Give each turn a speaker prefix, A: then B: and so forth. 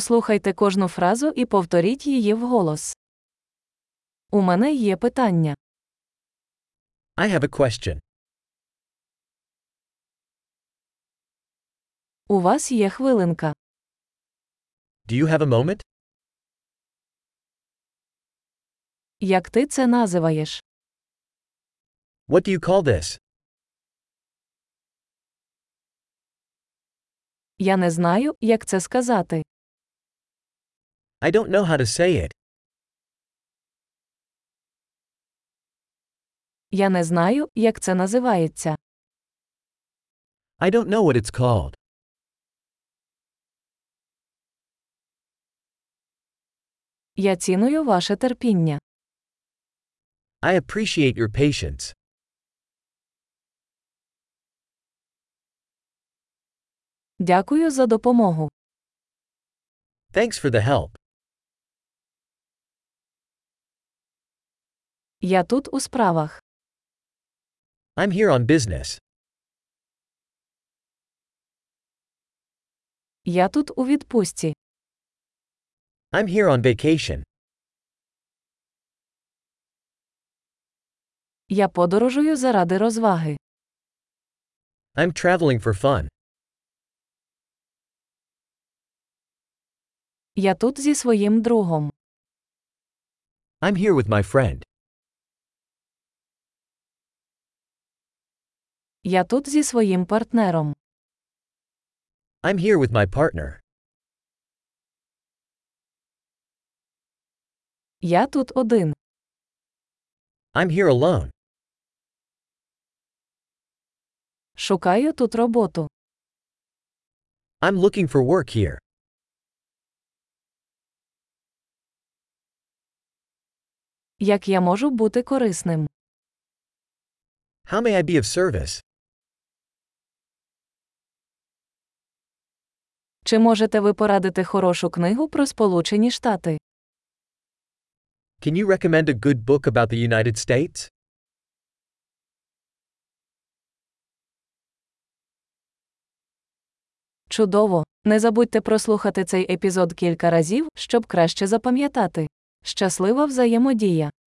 A: Послухайте кожну фразу і повторіть її вголос. У мене є питання.
B: I have a question.
A: У вас є хвилинка.
B: Do you have a moment?
A: Як ти це називаєш?
B: What do you call this?
A: Я не знаю, як це сказати.
B: I don't know how to say it.
A: Я не знаю, як це називається.
B: I don't know what it's called.
A: Я ціную ваше терпіння.
B: I appreciate your patience.
A: Дякую за допомогу.
B: Thanks for the help.
A: Я тут у справах.
B: I'm here on business.
A: Я тут у відпустці.
B: I'm here on vacation.
A: Я подорожую заради розваги.
B: I'm traveling for fun.
A: Я тут зі своїм другом.
B: I'm here with my friend.
A: Я тут зі своїм партнером.
B: I'm here with my partner.
A: Я тут один.
B: I'm here alone.
A: Шукаю тут роботу.
B: I'm looking for work here.
A: Як я можу бути корисним?
B: How may I be of service?
A: Чи можете ви порадити хорошу книгу про Сполучені Штати?
B: Can you recommend a good book about the United States?
A: Чудово! Не забудьте прослухати цей епізод кілька разів, щоб краще запам'ятати. Щаслива взаємодія!